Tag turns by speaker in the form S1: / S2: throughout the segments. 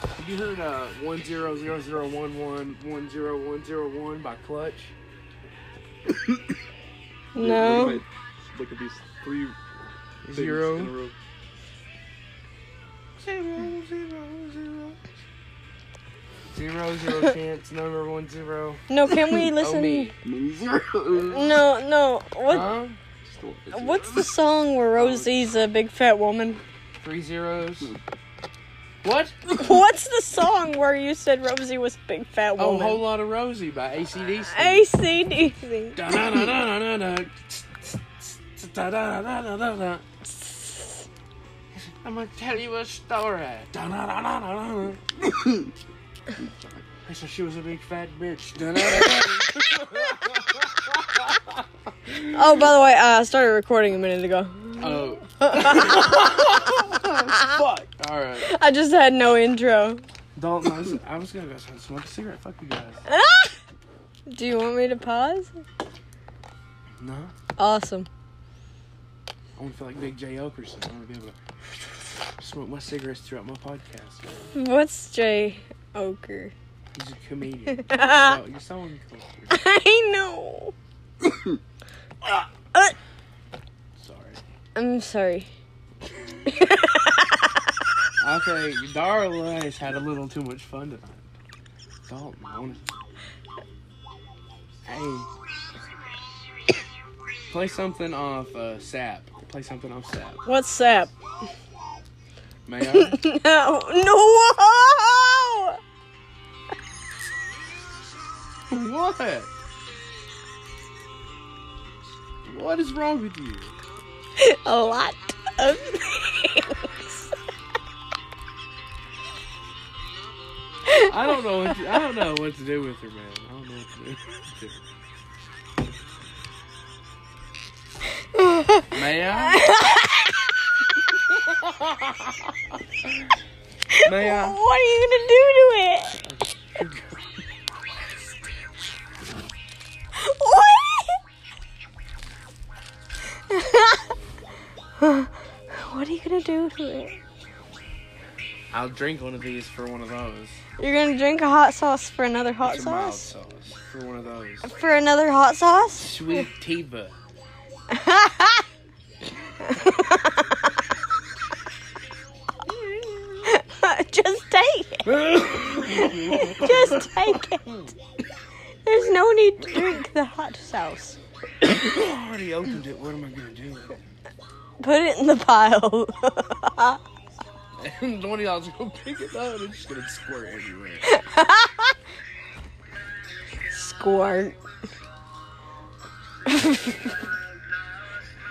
S1: Have you heard uh, 10001110101 by Clutch?
S2: No.
S3: Look at, my- look at these three things in a
S1: Zero.
S3: row.
S1: Zero, zero, zero. Zero, zero chance, number one zero.
S2: No, can we
S1: Oh,
S2: listen?
S1: me.
S3: Mean zero.
S2: No, no. What?
S1: Huh?
S3: Just one, zero.
S2: What's the song where Rosie's a big fat woman?
S1: Three zeros. What?
S2: What's the song where you said Rosie was a big fat
S1: Oh,
S2: woman?
S1: Whole Lot of Rosie by ACDC.
S2: ACDC.
S1: Da-na-na-na-na-na. I'm gonna tell you a story. Da-na-na-na-na-na. I said she was a big fat bitch. Da-na-na-na.
S2: Oh, by the way, uh, I started recording a minute ago.
S1: oh. Fuck. Alright.
S2: I just had no intro.
S1: Dalton, I was, I was gonna go smoke a cigarette. Fuck you guys.
S2: Do you want me to pause?
S1: No?
S2: Awesome.
S1: I want to feel like Big J. Okerson. I want to be able to smoke my cigarettes throughout my podcast.
S2: What's Jay Oker?
S1: He's a comedian.
S2: I
S1: oh, you're someone.
S2: know.
S1: Sorry.
S2: I'm sorry.
S1: I think Darla has had a little too much fun tonight. Dalton, I want to. Hey. Play something off uh, Sap. Play something off Sap.
S2: What's up?
S1: May I?
S2: no, no.
S1: what? What is wrong with you?
S2: A lot of things.
S1: I don't know. What to, I don't know what to do with her, man. I don't know what to do. With her. May I? May I?
S2: What are you gonna do to it? What? what are you gonna do to it?
S1: I'll drink one of these for one of those.
S2: You're gonna drink a hot sauce for another hot
S1: It's a mild
S2: sauce?
S1: sauce for one of those.
S2: For another hot sauce?
S1: Sweet Tiva.
S2: Just take it. Just take it. There's no need to drink the hot sauce.
S1: I already opened it. What am I gonna do?
S2: Put it in the pile.
S1: And one of y'all's gonna pick it up and it's just gonna squirt everywhere.
S2: Squirt.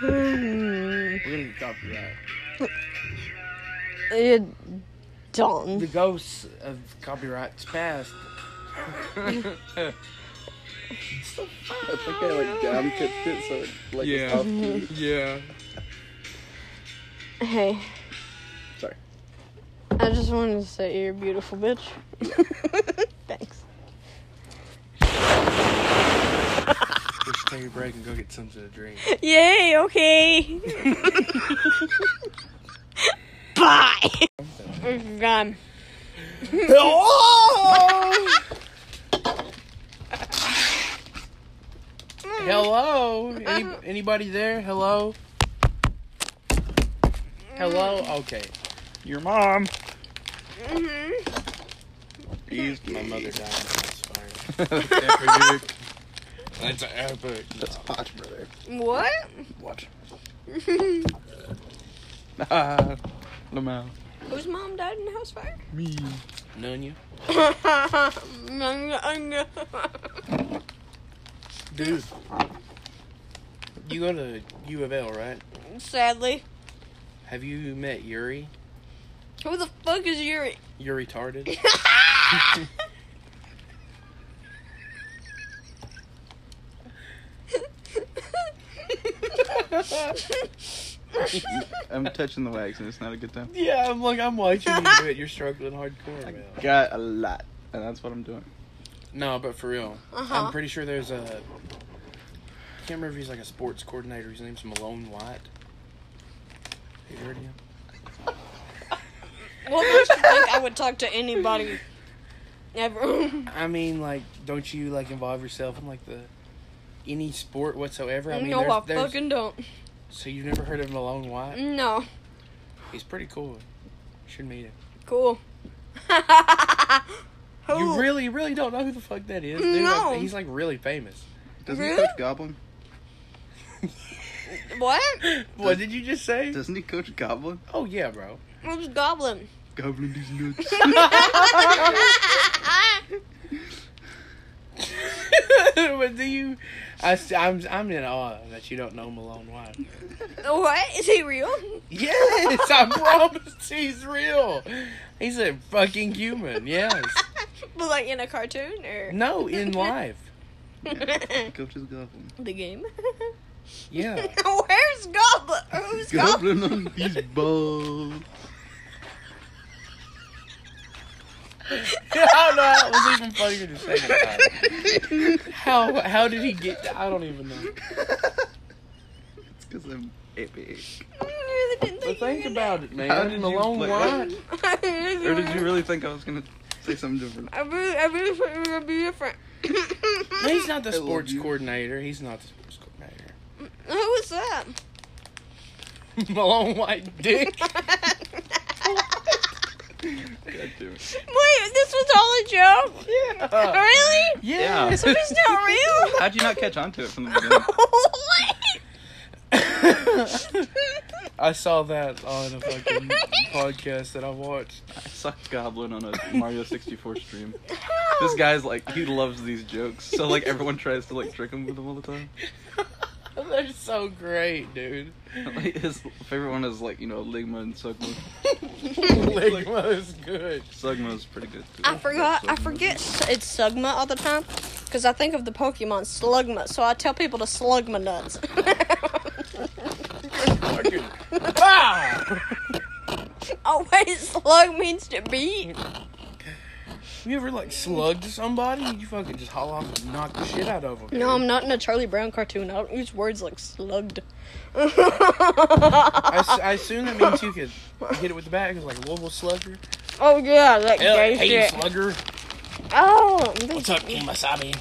S2: Hmm.
S1: We're gonna stop that.
S2: You're
S1: The
S2: done.
S1: ghosts of copyrights past.
S3: It's like I like downpicked it so it like
S1: Yeah.
S3: it's off
S2: Mm-hmm.
S3: key.
S1: yeah.
S2: Hey,
S3: Sorry.
S2: I just wanted to say you're a beautiful bitch. Thanks.
S1: We should take a break and go get something to drink.
S2: Yay, okay. Bye. Gone.
S1: Hello? Any, anybody there? Hello? Hello? Okay.
S3: Your mom.
S2: Mm-hmm.
S1: Used my mother died. That's fine. That's epic. That's epic.
S3: That's hot, brother.
S2: What?
S3: Watch.
S2: Whose
S3: Lamau.
S2: mom died in a house fire?
S3: Me.
S1: None you? Dude. You go to U of L, right?
S2: Sadly.
S1: Have you met Yuri?
S2: Who the fuck is Yuri?
S1: You're retarded.
S3: I'm touching the wax and it's not a good time.
S1: yeah, I'm like I'm watching you do it. You're struggling hardcore. man.
S3: Got a lot, and that's what I'm doing.
S1: No, but for real,
S2: Uh-huh.
S1: I'm pretty sure there's a. I can't remember if he's like a sports coordinator. His name's Malone White. Have you heard of him?
S2: What makes you think I would talk to anybody ever?
S1: I mean, like, don't you like involve yourself in like the any sport whatsoever? I mean,
S2: Mm, no,
S1: there's-
S2: I
S1: there's-
S2: fucking don't.
S1: So you've never heard of Malone White?
S2: No. Mm.
S1: He's pretty cool. You should meet him.
S2: Cool.
S1: You
S2: Who?
S1: really, really don't know who the fuck that is, dude.
S2: Oh. Mm, No.
S1: Like, he's like really famous.
S3: Doesn't
S2: Really?
S3: he coach Goblin?
S2: What?
S1: What did you just say?
S3: Doesn't he coach Goblin?
S1: Oh yeah, bro.
S2: Who's Goblin?
S3: Goblin is nuts.
S1: but do you? I, am I'm in awe that you don't know Malone White.
S2: what? Is he real?
S1: Yes, I promise he's real. He's a fucking human. Yes.
S2: but like in a cartoon or
S1: No, in life.
S3: he coaches Goblin.
S2: the game?
S1: Yeah.
S2: Where's Goblin? Who's Goblin?
S3: Goblin on these balls.
S1: I don't know. How it was even funnier the second time. How how did he get? I don't even know.
S3: It's because I'm epic.
S2: I really didn't
S1: But
S2: think
S1: think
S2: you
S1: about it,
S3: How
S1: man.
S3: did you
S1: Malone
S3: play-
S1: White.
S2: were gonna-
S3: Or did you really think I was gonna say something different?
S2: I really, I really thought you were gonna be different.
S1: No, He's not the
S3: I love
S1: sports
S3: you.
S1: coordinator. He's not the sports coordinator.
S2: Who was that?
S1: Malone White dick.
S3: God damn it.
S2: Wait, this was all a joke?
S1: yeah.
S2: Really?
S1: Yeah.
S2: So it's not real?
S3: How'd you not catch on to it from the beginning?
S1: I saw that on a fucking podcast that I watched.
S3: I sucked Goblin on a Mario 64 stream. This guy's like, he loves these jokes, so like everyone tries to like trick him with them all the time.
S1: They're so great, dude.
S3: Like, his favorite one is like, you know, Ligma and Sugma.
S1: Ligma is good.
S3: Sugma is pretty good too.
S2: I forgot. I
S3: Sugma.
S2: forget s- it's Sugma all the time because I think of the Pokemon Slugma, so I tell people to Slugma nuts.
S1: Fucking Wow!
S2: oh wait, Slug means to beat.
S1: You ever like slugged somebody? You fucking just haul off and knock the shit out of them.
S2: No, I'm not in a Charlie Brown cartoon. I don't use words like slugged. Oh,
S1: I, s- I assume that means you could hit it with the bat. It's like Louisville Slugger.
S2: oh yeah, that
S1: Hell,
S2: gay
S1: hey,
S2: shit.
S1: Slugger.
S2: Oh,
S1: What's up, Kimasabi?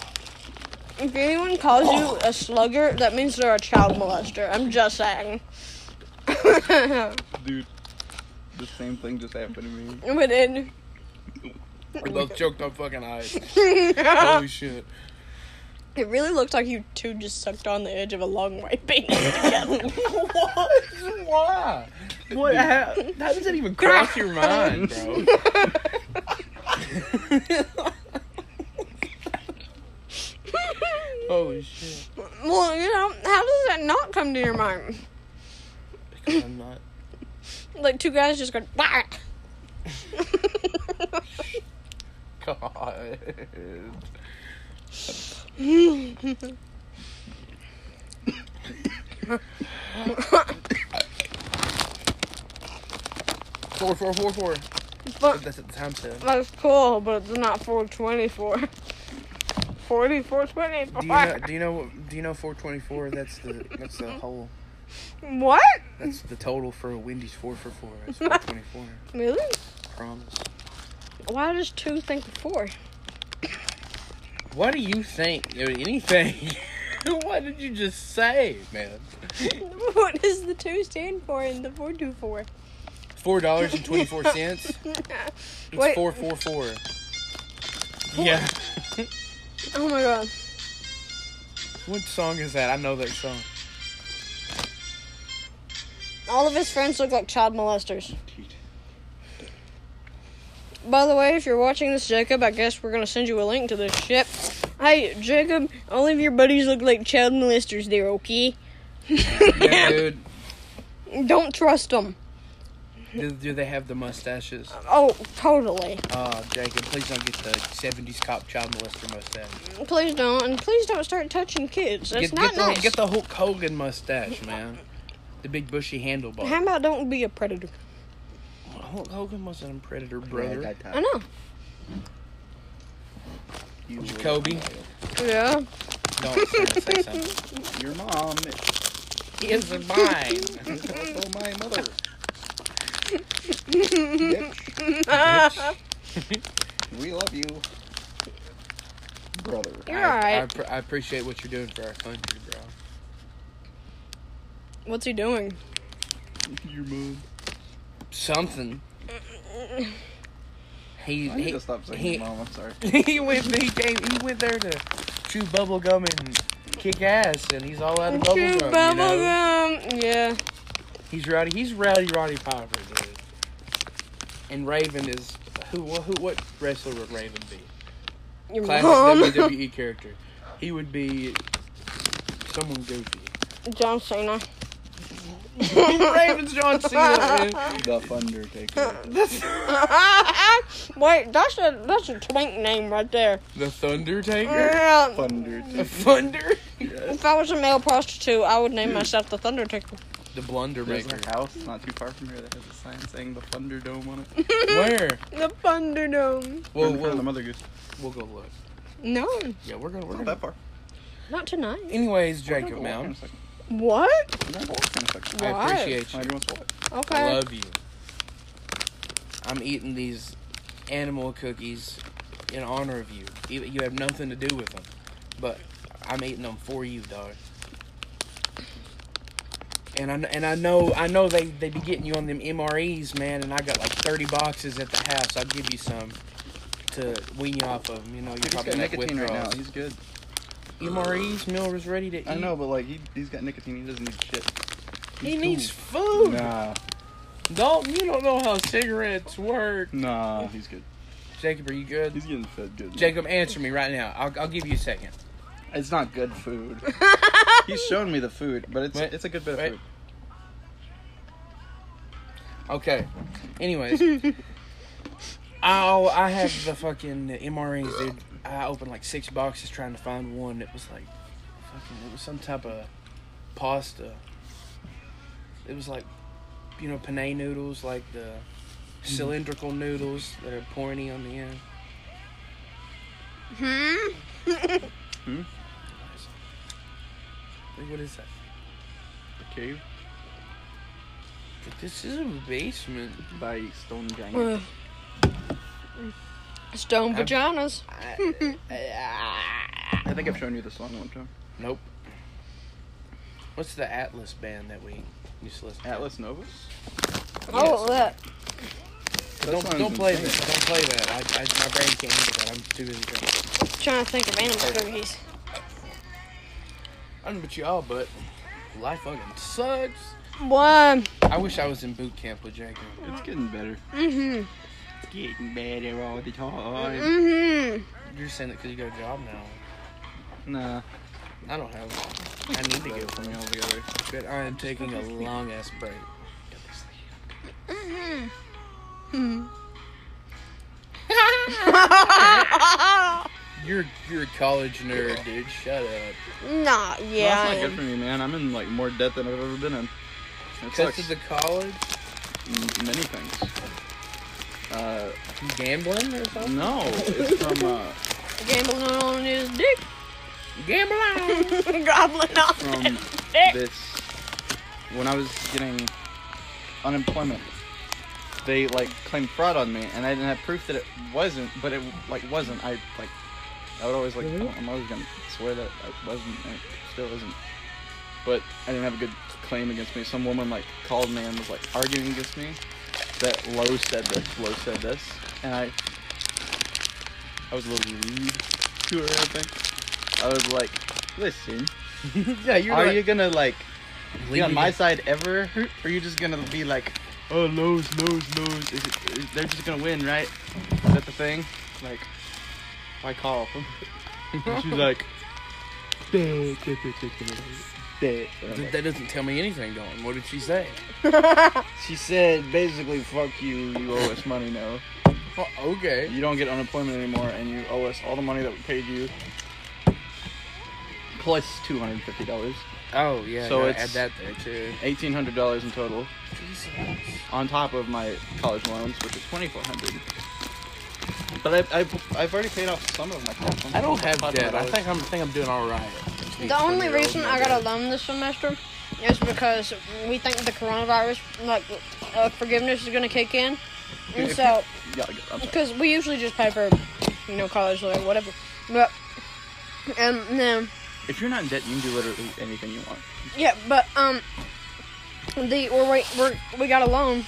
S2: if anyone calls you a slugger, that means they're a child molester. I'm just saying. but
S3: Dude, the same thing just happened to me.
S2: then.
S1: We both choked on fucking ice.
S2: it
S1: Holy shit.
S2: really looked like you two just sucked on the edge of a long white penis together.
S1: what? Why? What? How, how does that even cross your mind, bro? Holy shit.
S2: well, you know, how does that not come to your mind?
S1: Because I'm not.
S2: Like two guys just go. "Wah."
S1: God. Four, four, four, four.
S2: but
S1: That's at the time set.
S2: that's cool, but it's not 424. 4424.
S1: Do you know? Do you know? Do you know? Four twenty-four. That's the. That's the whole.
S2: What?
S1: That's the total for a Wendy's four for four. It's four twenty-four.
S2: Really?
S1: Promise.
S2: Why does two think of four?
S1: What do you think? of Anything? what did you just say, man?
S2: what does the two stand for in the four two four?
S1: Four dollars and twenty-four cents. It's
S2: Wait.
S1: four four four. Yeah.
S2: Oh my god.
S1: what song is that? I know that song.
S2: All of his friends look like child molesters.
S3: Dude.
S2: By the way, if you're watching this, Jacob, I guess we're gonna send you a link to this shit. Hey, Jacob, all of your buddies look like child molesters. They're okay.
S1: Yeah, dude.
S2: Don't trust them.
S1: Do, do they have the mustaches?
S2: Oh, totally.
S1: Oh, Jacob, please don't get the '70s cop child molester mustache.
S2: Please don't, and please don't start touching kids. That's
S1: Get,
S2: not
S1: get, the,
S2: nice.
S1: get the Hulk Hogan mustache, man. The big bushy handlebar.
S2: How about don't be a predator?
S1: Hulk Hogan wasn't a predator, brother.
S2: I know.
S3: You were-
S1: Kobe.
S2: Yeah.
S1: Don't say something.
S3: Your mom is
S1: He is mine.
S3: also my mother. bitch. we love you, brother.
S2: You're
S1: I, I,
S2: alright.
S1: pr- I appreciate what you're doing for our country, bro.
S2: What's he doing?
S3: Your mom.
S1: Something. He
S3: I need
S1: he,
S3: to stop saying
S1: he-
S3: your mom. I'm sorry.
S1: he went he came, he went there to chew bubble gum and kick ass, and he's all out of bubble
S2: Chew
S1: gum.
S2: bubble
S1: you know?
S2: gum. Yeah.
S1: He's rowdy. He's rowdy Roddy Piper, dude. And Raven is who? wha- Who? What wrestler would Raven be?
S2: Your
S1: Classic
S2: mom.
S1: WWE character. He would be someone goofy.
S2: John Cena.
S1: Raven's John Cena. man.
S3: The Undertaker.
S2: Wait, that's a that's a twink name right there.
S1: The Thunder Taker.
S2: Yeah.
S1: The
S3: Undertaker.
S1: Thunder.
S2: If I was a male prostitute, I would name myself the Thunder Tickle.
S1: The Blunder
S3: There's
S1: Maker.
S3: a house not too far from here that has a sign saying the Thunderdome on it.
S1: Where?
S2: The Thunderdome.
S1: Well,
S3: Right in front of the
S1: we'll,
S3: Mother Goose.
S1: we'll go look.
S2: No,
S1: Yeah, we're gonna. We're
S3: Not
S1: gonna.
S3: that far.
S2: not tonight.
S1: Anyways,
S3: We're
S1: Jacob,
S3: gonna
S1: man,
S3: walk in a second.
S2: What?
S3: We're gonna walk in a second.
S1: I
S2: Why?
S1: appreciate you.
S3: Why do you want to walk?
S1: I
S2: Okay.
S1: love you. I'm eating these animal cookies in honor of you. You you have nothing to do with them, but I'm eating them for you, dog. And I kn- and I know I know they they be getting you on them MREs, man. And I got like 30 boxes at the house. I'll give you some to wean you off of them. You know, you
S3: Dude, he's
S1: probably
S3: got
S1: make
S3: nicotine right now.
S1: withdrawals.
S3: He's good.
S1: MREs, Miller's ready to eat.
S3: I know, but like he, he's got nicotine. He doesn't need shit.
S1: He needs food.
S3: Nah,
S1: Don't you don't know how cigarettes work.
S3: nah, he's good.
S1: Jacob, are you good?
S3: He's getting fed good.
S1: Jacob, answer me right now. I'll, I'll give you a second.
S3: It's not good food. He's shown me the food, but it's
S1: Wait,
S3: it's a good bit of
S1: wait.
S3: food.
S1: Okay. Anyways. oh, I have the fucking MREs, dude. I opened like six boxes trying to find one that was like fucking it was some type of pasta. It was like you know, penne noodles, like the cylindrical noodles that are pointy on the end.
S2: Hmm.
S1: Like, what is that?
S3: The cave
S1: But this is a basement.
S3: by Stone Giant.
S2: Ugh. Hmm? Stone
S1: I'm-
S2: vaginas.
S1: I,
S3: I think I've shown you this song one time.
S1: nope. What's the Atlas band that we used to listen to?
S3: Atlas Novus.
S2: Oh, look.
S3: That
S1: Don't,
S3: song's
S1: don't play
S3: insane.
S1: that. Don't play that. I, I, my brain can't handle that. I'm too busy drinking.
S2: Trying to think of animal cookies.
S1: I don't know about y'all, but life fucking sucks.
S2: One.
S1: I wish I was in boot camp with Jacob.
S3: It's getting better.
S2: Mm-hmm.
S3: It's getting better all the time.
S2: Mm-hmm.
S1: You're saying that because you got a job now.
S3: Nah,
S1: I don't have one. I need to
S3: better
S1: get
S3: for
S1: one.
S3: me altogether.
S1: But I am taking a long ass break.
S2: Mm-hmm.
S1: You're you're a college nerd, dude. Shut up.
S2: Nah, yeah.
S3: No,
S2: I
S3: that's not
S2: am.
S3: good for me, man. I'm in like more debt than I've ever been in. It
S1: Because
S3: sucks.
S1: of the college,
S3: M- many things. Uh,
S1: you gambling or something?
S3: no, it's from uh,
S2: Gambling on his dick.
S1: Gambling.
S2: Goblin off
S3: from
S2: dick.
S3: this when I was getting unemployment. They like claimed fraud on me, and I didn't have proof that it wasn't. But it like wasn't. I like I would always like
S1: Mhm.
S3: I'm always gonna swear that it wasn't. And it still isn't. But I didn't have a good claim against me. Some woman like called me and was like arguing against me that Lowe said this, Lowe said this, and I I was a little rude to her. I think I was like, listen,
S1: yeah, you're.
S3: are
S1: like-
S3: you gonna like be on
S1: leading
S3: my
S1: it.
S3: side ever, or are you just gonna be like, oh Lowe's, Lowe's, Lowe's? Is it, is, they're just gonna win, right? Is that the thing? Like, why call? And she's like, "Duh, duh, duh, duh, duh, duh." And I'm
S1: Th-
S3: like,
S1: That doesn't tell me anything, Dawn. What did she say?
S3: she said basically, fuck you, you owe us money now.
S1: Oh, okay.
S3: You don't get unemployment anymore, and you owe us all the money that we paid you. Plus two hundred and fifty dollars,
S1: Oh yeah.
S3: So
S1: So
S3: it's-
S1: add that there too.
S3: eighteen hundred dollars in total, on top of my college loans, which is twenty four hundred. But I've, I've, I've already paid off some of my college loans.
S1: I don't have debt. I
S3: $500.
S1: think I'm think I'm doing all right.
S2: The only reason I got a loan this semester is because we think the coronavirus like uh, forgiveness is gonna kick in, And so,
S3: You gotta go. I'm sorry.
S2: because we usually just pay for, you know, college or whatever. But, um, no.
S3: If you're not in debt, you can do literally anything you want.
S2: Yeah, but, um, the, we're wait, we're, we got a loan.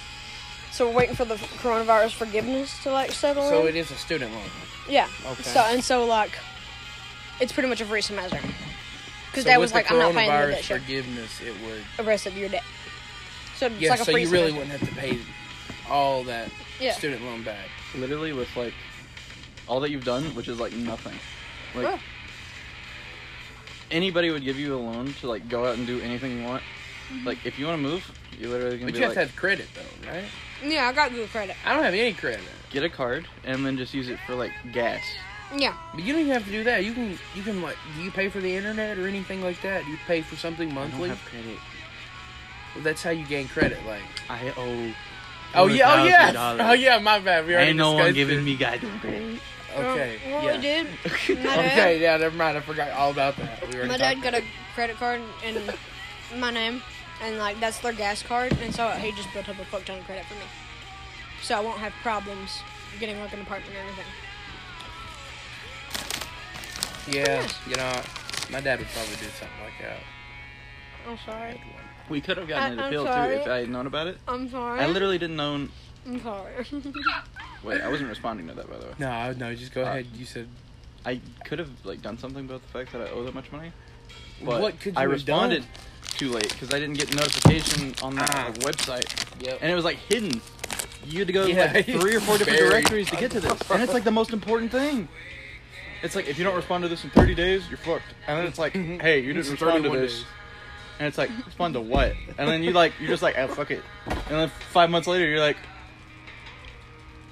S2: So we're waiting for the coronavirus forgiveness to, like, settle
S1: So
S2: in.
S1: it is a student loan.
S2: Yeah.
S1: Okay.
S2: So and so like, it's pretty much a free semester. Because
S1: so
S2: that
S1: with
S2: was
S1: the
S2: like, I'm not paying the
S1: coronavirus
S2: debt shit.
S1: forgiveness, it would.
S2: The rest of your debt. So it's
S1: Yeah,
S2: like a
S1: so
S2: free
S1: you really
S2: semester.
S1: wouldn't have to pay all that
S2: Yeah.
S1: student loan back.
S3: Literally with like all that you've done, which is like nothing. Like
S2: Oh.
S3: anybody would give you a loan to like go out and do anything you want. Like if you want to move, you literally
S1: Mm-hmm.
S3: can
S1: But
S3: be
S1: you have
S3: like,
S1: to have credit though, right?
S2: Yeah, I got good credit.
S1: I don't have any credit.
S3: get a card and then just use it for like gas.
S2: Yeah.
S1: But you don't even have to do that. You can you can like do you pay for the internet or anything like that? Do you pay for something
S3: I
S1: monthly?
S3: don't have credit.
S1: Well, that's how you gain credit. Like
S3: I owe.
S1: oh yeah oh yeah
S3: $4,000.
S1: oh yeah my bad. We already
S3: Ain't no one
S1: discussed
S3: giving
S1: it.
S3: me goddamn credit.
S1: Okay.
S2: Um, well,
S1: yeah.
S2: we did. My dad,
S1: Okay. Yeah. Never mind. I forgot all about that. We already
S2: my dad
S1: talked
S2: got
S1: about
S2: a credit card in my name, and like that's their gas card, and so he just built up a fuck ton of credit for me. So I won't have problems getting like an apartment and everything.
S1: it. Yeah. You know, my dad would probably do something like that.
S2: I'm sorry.
S3: We could have gotten
S2: I-
S3: it
S2: I'm
S3: appealed too
S2: sorry.
S3: if I had known about it.
S2: I'm sorry.
S3: I literally didn't know.
S2: I'm sorry.
S3: Wait, I wasn't responding to that by the way.
S1: No, no. Just go
S3: Uh,
S1: ahead. You said
S3: I could have like done something about the fact that I owe that much money. But
S1: What could
S3: I
S1: you have
S3: responded
S1: done?
S3: too late because I didn't get notification on the
S1: Ah.
S3: like, website,
S1: yep.
S3: and it was like hidden. You had to go to
S1: Yeah.
S3: like three or four different
S1: Buried.
S3: directories to get to this, and it's like the most important thing. It's like if you don't respond to this in 30 days, you're fucked. And then it's like, hey, you
S1: It's
S3: didn't respond to
S1: 31
S3: this.
S1: days.
S3: And it's like, respond to what? And then you like, you're just like, oh, fuck it. And then five months later, you're like,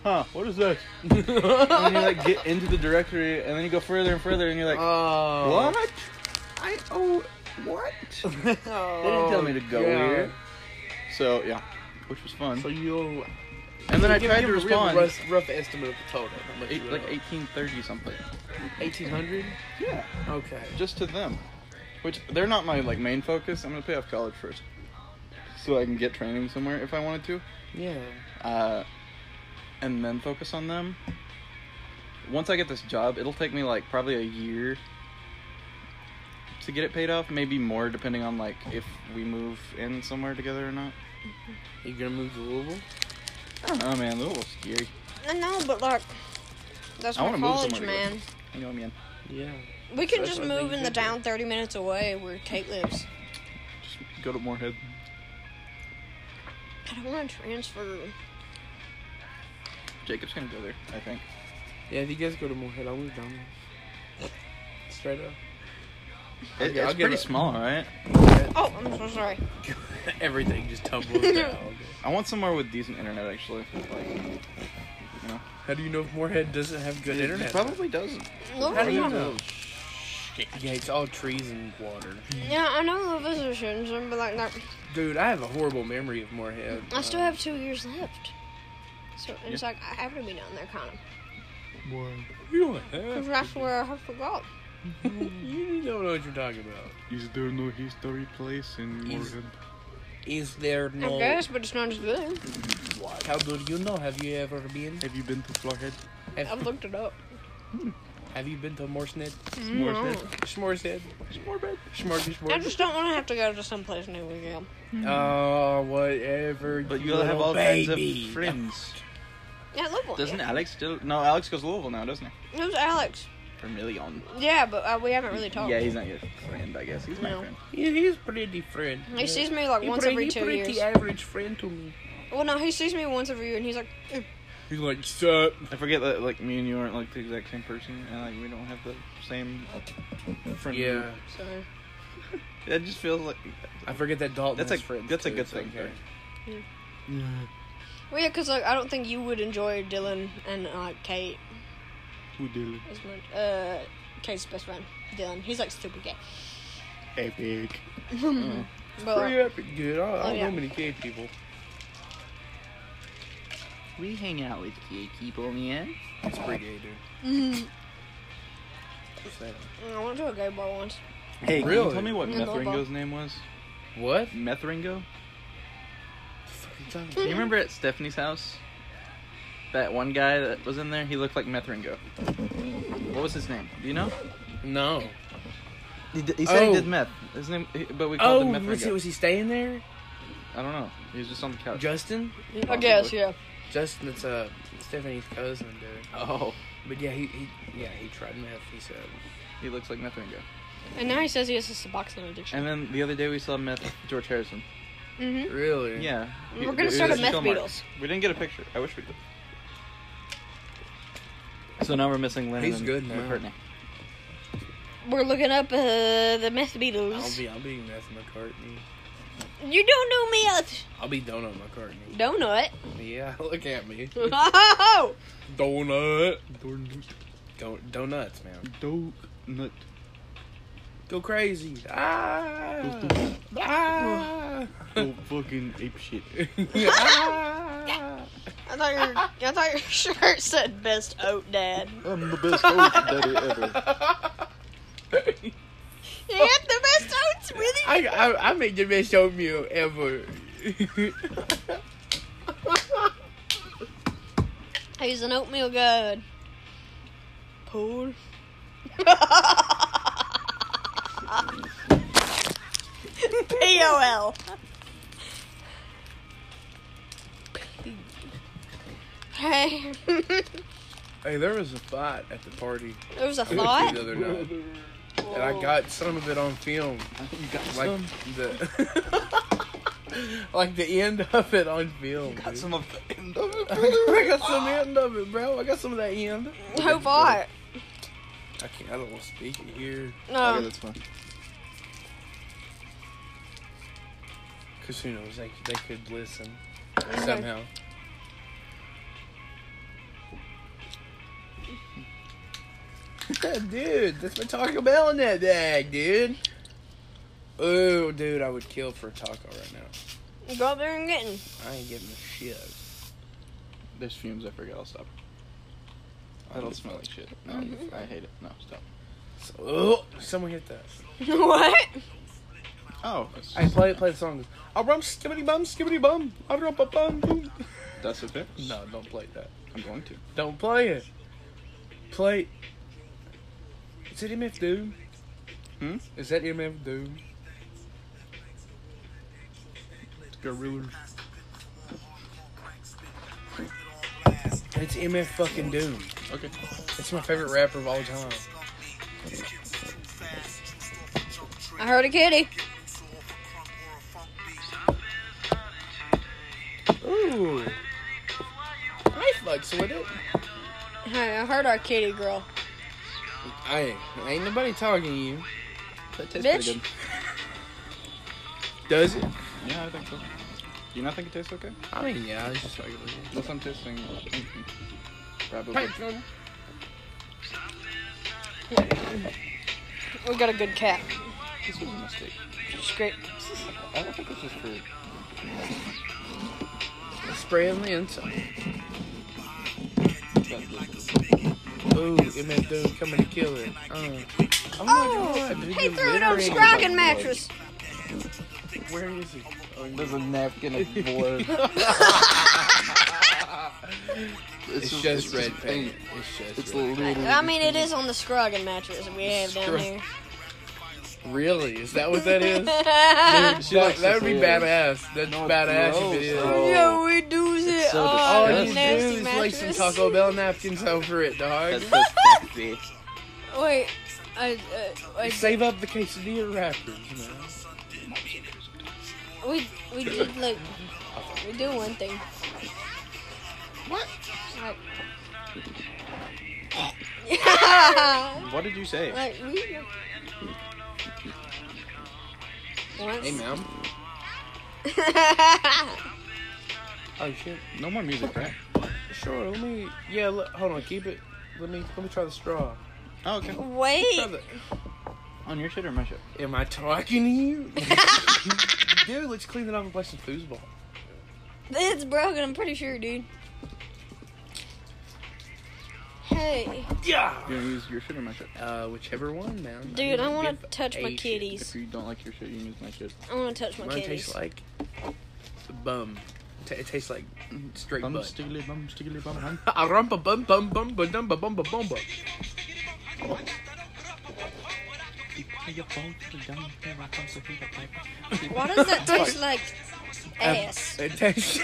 S3: huh, what is this? and then you like get into the directory, and then you go further and further, and you're like,
S1: Oh.
S3: what? Uh, I oh what? they didn't tell me to go here. So yeah, which was fun.
S1: So you.
S3: and then I
S1: give-
S3: tried
S1: give
S3: to
S1: a real
S3: respond.
S1: Rough, rough estimate of the total. How much
S3: Eight,
S1: you
S3: like
S1: owe.
S3: 1830 something.
S1: 1800
S3: Yeah,
S1: okay
S3: just to them. Which they're not my like main focus. I'm gonna pay off college first, so I can get training somewhere if I wanted to.
S1: yeah
S3: uh, and then focus on them. Once I get this job, it'll take me like probably a year to get it paid off, maybe more depending on like if we move in somewhere together or not.
S1: you gonna move to louisville
S3: I don't know, man. Louisville's scary.
S2: I know, but like, that's
S3: I
S2: my
S3: wanna move
S2: college,
S3: somewhere to
S2: man.
S3: live. You know what I mean?
S1: yeah
S2: We can
S1: That's
S2: just
S1: what I
S2: move
S1: think
S2: in the
S1: you should
S2: town 30 minutes away where Kate lives.
S3: Just go to Moorhead.
S2: I don't want to transfer.
S3: Jacob's gonna go there, I think.
S1: yeah if you guys go to moorhead i'll move down there straight up
S3: It,
S1: I'll
S3: it's
S1: give
S3: pretty
S1: it-
S3: small, right?
S2: Oh, I'm so sorry.
S1: everything just tumbles down
S3: I want somewhere with decent internet, actually. Like, you know,
S1: how do you know if moorhead doesn't have good
S3: It
S1: internet
S3: probably doesn't.
S1: how do you
S2: Louisville-
S1: know yeah it's all trees and water
S2: Yeah, I know the visitation, so but like, like,
S1: dude i have a horrible memory of moorhead
S2: I still
S1: Um,
S2: have two years left. So it's like, I have to be down there, Hmm. kind of.
S1: you don't have
S2: Because that's where I forgot.
S1: you don't know what you're talking about
S3: Is there no history place in
S1: Is- is there
S2: I guess, but it's not as good.
S1: how do you know have you ever been
S3: Have you been to Florhead?
S2: I've looked it up.
S1: have you been to moorshead
S3: Moorhead?
S1: S'moreshead.
S3: Moorhead?
S1: S'morgy,
S2: Mm-hmm. I just don't want to have to go to someplace new again.
S1: Oh, whatever.
S3: But
S1: you
S3: you'll have
S1: little
S3: all
S1: baby.
S3: kinds of friends.
S2: Yeah, Louisville.
S3: Doesn't
S2: yeah.
S3: Alex still? No, Alex goes to Louisville now, doesn't he?
S2: It was Alex.
S3: Vermilion.
S2: Yeah, but uh, we haven't really talked.
S3: Yeah, he's not your friend, I guess. He's my
S2: No.
S3: friend.
S1: Yeah, he's pretty friend.
S2: He sees me like
S1: He
S2: once
S1: pretty,
S2: every
S1: he
S2: two
S1: pretty
S2: years.
S1: average friend to me.
S2: Well, no, he sees me once every year, and he's like, "Mm,
S1: He's like, sup?
S3: I forget that like me and you aren't like the exact same person, and like we don't have the same friend.
S1: Yeah,
S3: group.
S2: sorry.
S3: That just feels like
S1: I forget that Dalton
S3: that's a
S1: has friends.
S3: that's a
S1: too,
S3: good
S1: so,
S3: thing.
S1: okay.
S2: Well, yeah, because like I don't think you would enjoy Dylan and uh, Kate
S3: Who did
S2: as much. Uh, Kate's best friend, Dylan. He's like super gay.
S3: Epic. Mm.
S2: But
S1: Pretty
S2: like,
S1: epic, dude. I, I
S2: Oh,
S1: don't
S2: yeah.
S1: know many gay people.
S3: We hang out with gay people, man.
S1: It's pretty gay, dude.
S2: I went to a gay bar once.
S3: Hey, can
S1: Really?
S3: you tell me what
S2: Yeah, Bobo.
S3: Methringo's name was?
S1: What?
S2: Mm-hmm.
S3: Methringo? Do you remember at Stephanie's house? that one guy that was in there, he looked like Meth Ringo. What was his name? Do you know?
S1: No.
S3: He, d- he said
S1: Oh.
S3: he did meth. His name, he- but we
S1: Oh,
S3: called him Meth
S1: was
S3: Ringo.
S1: he, was he staying there?
S3: I don't know. He was just on the
S1: Oh.
S3: couch.
S1: Justin?
S2: I guess, yeah.
S1: Justin, that's uh, Stephanie's cousin, dude.
S3: oh,
S1: But yeah, he, he yeah he tried meth. He said.
S3: he looks like Meth Ringo.
S2: And now he says he has a Suboxone addiction.
S3: And then the other day we saw Meth George Harrison.
S2: Mm-hmm.
S1: Really?
S3: Yeah. He-
S2: We're
S3: it
S2: gonna
S3: was
S2: start a
S3: just
S2: meth
S3: Walmart.
S2: Beatles.
S3: We didn't get a picture. I wish we did. So now we're missing Lennon
S1: He's
S3: and
S1: good now.
S3: McCartney.
S2: We're looking up uh, the meth
S1: I'll
S2: Beatles.
S1: be I'll be meth McCartney.
S2: you don't know meth.
S1: I'll be donut McCartney.
S2: Donut.
S1: Yeah, look at me.
S2: Oh,
S1: Donut. Donut. Don- donuts, man.
S3: Donut.
S1: Go crazy. Ah. ah.
S3: Go fucking ape shit.
S1: ah.
S2: I thought your I thought your shirt said best oat dad.
S3: I'm the best old daddy ever.
S2: You got the best oats with you.
S1: I, I I made the best oatmeal ever.
S2: He's an oatmeal god. Paul. P O L. Hey, there
S1: hey, there was a fight at the party
S2: was a
S1: I went to
S2: thought.
S1: the other night, and I got some of it on film.
S3: You got
S1: like
S3: some.
S1: the like the end of it on film.
S3: Got
S1: dude.
S3: some of the end of it.
S1: I got some end of it, bro. I got some of that end.
S2: How far?
S1: I can't. I don't want to speak it here,
S3: Okay,
S2: No.
S3: that's fine.
S1: cause who knows? They they could listen
S2: Okay.
S1: somehow. dude, that's my Taco Bell in that bag, dude. Oh, dude, I would kill for a taco right now.
S2: Go up there and get him.
S1: I ain't giving a shit.
S3: There's fumes. I forgot. I'll stop. That'll smell like shit. No, I hate it. No, stop.
S1: So, oh, someone hit that.
S2: what?
S3: Oh,
S1: I play play the song. I rum skibbity bum skibbity bum. I rum a bum boom.
S3: that's okay.
S1: No, don't play that.
S3: I'm going to.
S1: Don't play it. Play. Is it MF Doom?
S3: Hmm?
S1: Is that MF Doom?
S3: Gorilla.
S1: It's MF fucking Doom.
S3: Okay.
S1: It's my favorite rapper of all time.
S2: I heard a kitty.
S1: Ooh. I fucks with it.
S2: Hey, I heard our kitty girl.
S1: Hey, ain't nobody talking to you.
S3: That tastes
S2: Bitch.
S3: pretty good.
S1: Does it?
S3: Yeah, I think so. Do you not think it tastes okay?
S1: I mean, yeah, it's just regular.
S3: Unless I'm tasting. uh, mm-mm. Rabbit.
S1: Hey,
S3: wood.
S1: Jordan.
S2: We got a good cat.
S3: This was a mistake.
S2: She's great.
S3: I don't think this is for.
S1: Spray on the inside. Ooh, MF Doom coming to kill it. Uh. Oh, my God, dude,
S2: He
S1: the
S2: threw it on
S1: littering.
S2: Scroggin mattress.
S1: Where is he?
S3: There's a napkin of blood.
S1: It's, just red paint.
S3: paint.
S1: It's just
S3: It's
S1: red.
S3: literally.
S2: I mean, it is on the Scroggin mattress we have down
S1: Scrog-
S2: here.
S1: Really? Is that what that is?
S2: yeah,
S3: She
S1: that,
S3: likes
S1: that would
S3: this
S1: be
S3: way.
S1: badass. That's
S3: No, it's
S1: badass if it
S3: gross,
S1: is.
S3: though.
S2: we do it.
S3: so
S2: oh,
S1: All you
S3: disgusting.
S1: do
S2: nasty
S1: is lay some
S2: mattress.
S1: Taco Bell napkins over it, dog.
S3: That's so sexy.
S2: Wait, I, uh, I,
S1: Save up the quesadilla wrappers, man.
S2: we we did like we do one thing.
S1: What?
S2: Like, yeah,
S3: What did you say?
S2: like we. Once.
S1: Hey, ma'am. Oh shit.
S3: No more music, right?
S1: Sure. Let me. Yeah. Let, hold on. Keep it. Let me. Let me try the straw.
S3: Oh, okay.
S1: Try
S2: Wait.
S1: the-
S3: On your shit or my shit?
S1: Am I talking to you? Dude, let's clean it off and play some foosball.
S2: It's broken, I'm pretty sure, dude. Hey,
S1: Yeah.
S3: You gonna use your shit or my shit?
S1: Uh, whichever one, man.
S2: dude, I
S1: don't
S2: want
S1: give
S2: to touch
S1: a
S2: my
S1: shit.
S2: kitties.
S3: If you don't like your shit, you can use my shit.
S2: I want to touch my
S1: Mine tastes
S2: kitties.
S1: like bum. It ta it tastes like straight
S3: Bum
S1: butt.
S3: stiggly bum stiggly bum hum.
S1: Arumpa bum bum bum bum bum bum bum bum bum.
S2: Why does that taste like ass?
S1: It tastes.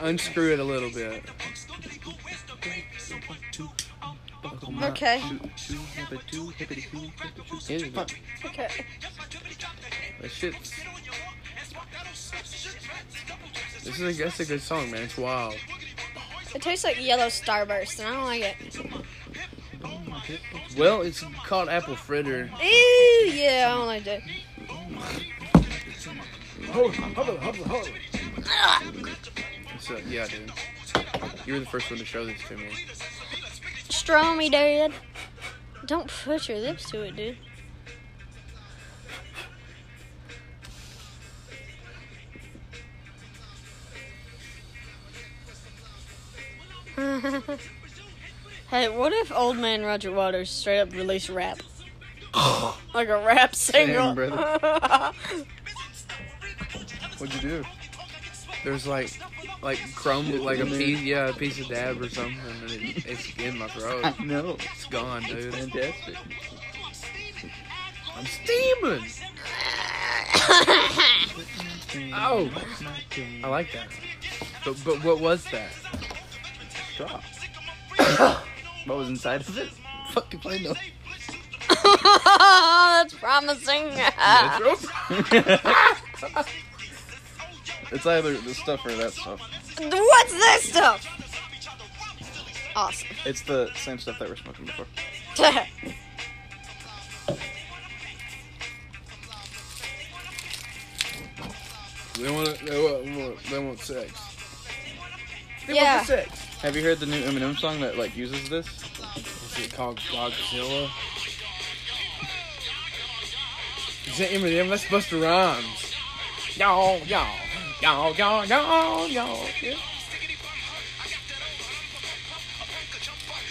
S1: Unscrew it a little bit.
S2: Okay.
S3: Is it?
S2: Okay.
S1: That shit's. This is a, that's a good song, man. It's wild.
S2: It tastes like yellow starburst, and I don't like it.
S1: Well, it's called Apple Fritter.
S2: Ew, yeah, I don't like that.
S1: So, yeah, dude. You were the first one to show this to me.
S2: Straw me, Dad. Don't put your lips to it, dude.
S4: Hey, what if Old Man Roger Waters straight up released rap? like a rap single.
S3: brother. What'd you do?
S1: There's like, like crumb, like a piece, yeah, a piece of dab or something, and it, it's in my throat.
S3: No.
S1: It's gone, dude.
S3: Fantastic.
S1: I'm steaming. oh, I like that. But but what was that?
S3: Straw. what was inside of it? Fuck if I know.
S4: That's promising.
S2: Ah.
S3: It's either this stuff or that stuff.
S2: What's this stuff? Awesome.
S3: It's the same stuff that we're smoking before.
S1: They want they want they want sex. They
S2: Yeah.
S1: want the sex.
S3: Have you heard the new Eminem song that like uses this?
S1: Is it called Godzilla? Is that Eminem? That's Buster Rhymes. Y'all, y'all, y'all, y'all, y'all, y'all. Yeah.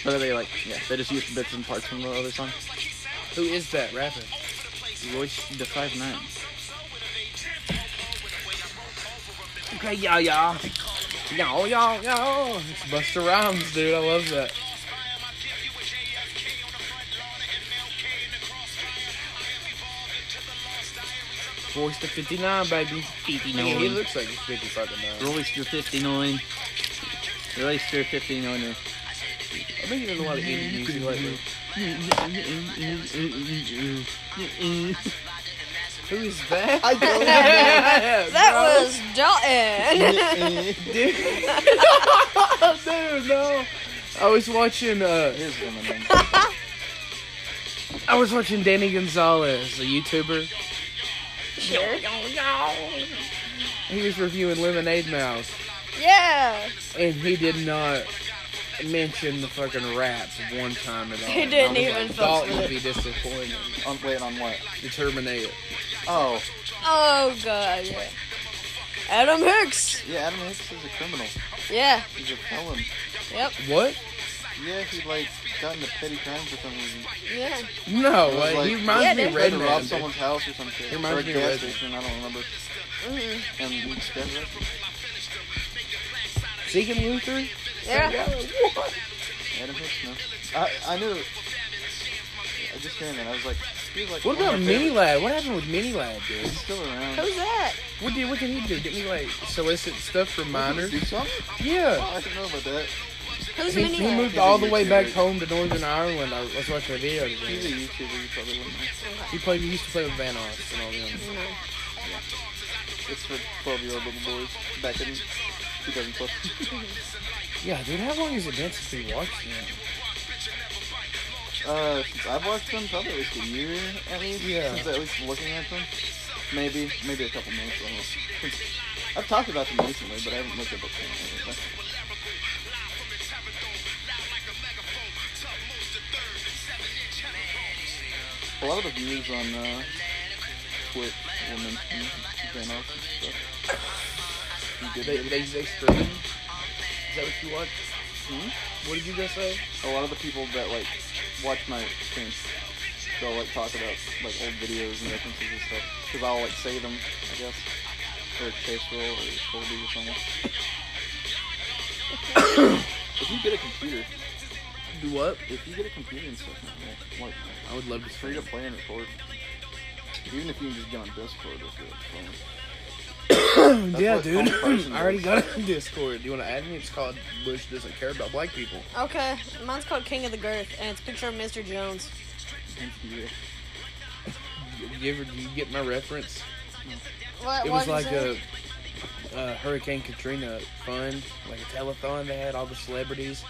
S3: But they like yeah, they just use bits and parts from the other song.
S1: Who is that rapper?
S3: Royce the Five Nine.
S1: Okay, y'all, y'all, y'all, y'all, y'all. It's Buster Rhymes, dude. I love that. Voice to 59, baby. 59. Yeah, he looks like he's 50 fucking now.
S3: Royce the Fifty Nine. Royce the Fifty Nine.
S1: I've been hearing a lot of indie music lately. Who is that? I don't know.
S2: That was Dalton.
S1: dude. dude, no. I was watching. Uh,
S3: Here's Eminem.
S1: I was watching Danny Gonzalez, a YouTuber.
S2: sure.
S1: He was reviewing Lemonade Mouth,
S2: Yeah.
S1: and he did not mention the fucking raps one time at all.
S2: He
S1: And
S2: didn't
S1: I was
S2: even
S1: Like,
S2: fuck
S1: Dalton
S2: with
S1: would
S2: it.
S1: be disappointed.
S3: on wait on what?
S1: The Terminator.
S3: Oh,
S2: Oh god. Yeah. Adam Hicks.
S3: yeah, Adam Hicks is a criminal.
S2: Yeah.
S5: He's a felon.
S2: Yep.
S1: What?
S5: Yeah, he like got into petty crime for some reason.
S2: Yeah.
S1: No,
S5: was
S1: way.
S5: like-
S1: he
S2: Yeah,
S1: reminds me
S2: dude.
S1: of
S5: Tried to rob
S1: Redman. dude.
S5: someone's house or some shit.
S1: He reminds
S5: or a
S1: me of
S5: gas
S1: Redman.
S5: station, I don't remember.
S2: Mhm.
S5: And he just got arrested.
S1: Deacon Luther.
S2: Yeah.
S5: Adam Hicks, no. I, I knew. I just hearing that, I was like, he was like.
S1: What
S5: one of
S1: about
S5: my
S1: Mini
S5: favorites.
S1: Lad? What happened with Mini Lad, dude?
S5: He's still around.
S2: Who's that?
S1: What did what did he do? Didn't he like solicit stuff from minors?
S5: Do something?
S1: Yeah.
S5: I didn't know about that.
S2: Who's
S1: He, he
S2: Minnie?
S1: moved all the way back home to Northern Ireland. I was watching a video
S5: He's a
S1: today.
S5: YouTuber, you probably wouldn't know.
S1: He played. He used to play with Van Oss and all them.
S5: It's for 12 year old little boys back in 2012.
S1: Yeah, dude. How long has it been since we watched him?
S5: Uh, since I've watched them, probably at least a year at least.
S1: Yeah.
S5: Since at least looking at them. Maybe, maybe a couple months. I don't know. Since- I've talked about them recently, but I haven't looked at them. A lot of the views on uh, Twitch will mention Van Oss and stuff. You
S1: They
S5: did
S1: they, they stream. Is that what you watched?
S5: Hmm?
S1: What did you just say?
S5: a lot of the people that like watch my streams, they'll like talk about like old videos and references and stuff because I'll like say them, I guess.
S3: or Chase Roll or Colby or someone. if you get a computer,
S5: Do what?
S3: if you get a computer and stuff, man, like
S5: I would love to.
S3: it's free to play and record. Even if you can just get on Discord with your phone.
S1: yeah,
S3: what
S1: dude.
S3: one person
S1: I already
S3: does.
S1: got on Discord. Do you want to add me? It's called Bush doesn't care about black people.
S6: Okay, mine's called King of the Girth, and it's a picture of Mr. Jones.
S1: You, you ever you get my reference?
S6: What?
S1: It
S6: what
S1: was
S6: is
S1: like
S6: it?
S1: a, a Hurricane Katrina fund, like a telethon. They had all the celebrities.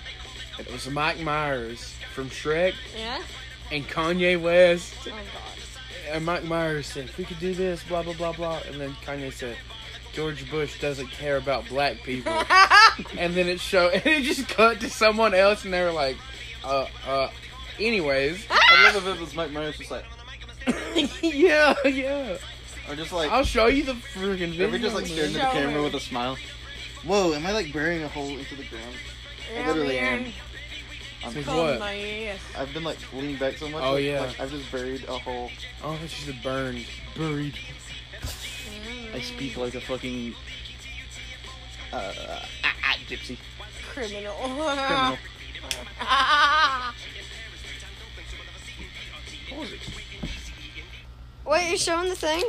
S1: It was Mike Myers from Shrek
S6: Yeah?
S1: and Kanye West.
S6: Oh, God.
S1: And Mike Myers said, "We could do this, blah blah blah blah." And then Kanye said, "George Bush doesn't care about black people." and then it showed, and it just cut to someone else, and they were like, "Uh, uh." Anyways,
S3: I love if it was Mike Myers just like,
S1: yeah, yeah.
S3: or just like,
S1: I'll show you the freaking
S3: if
S1: video.
S3: he just like stared into the
S6: Show
S3: camera
S6: it.
S3: with a smile. Whoa, am I like burying a hole into the ground? I literally am. I'm
S1: It's
S6: Cold
S1: what?
S6: in my ears.
S3: I've been like leaning back so much.
S1: Oh,
S3: like-
S1: yeah.
S3: like, I've just buried a hole.
S1: oh, it's just a burned, buried.
S5: I speak like a fucking uh, uh, ah, ah, gypsy.
S6: Criminal.
S2: Uh.
S5: Criminal.
S6: Ah.
S5: What was it?
S6: Wait, you're showing the thing?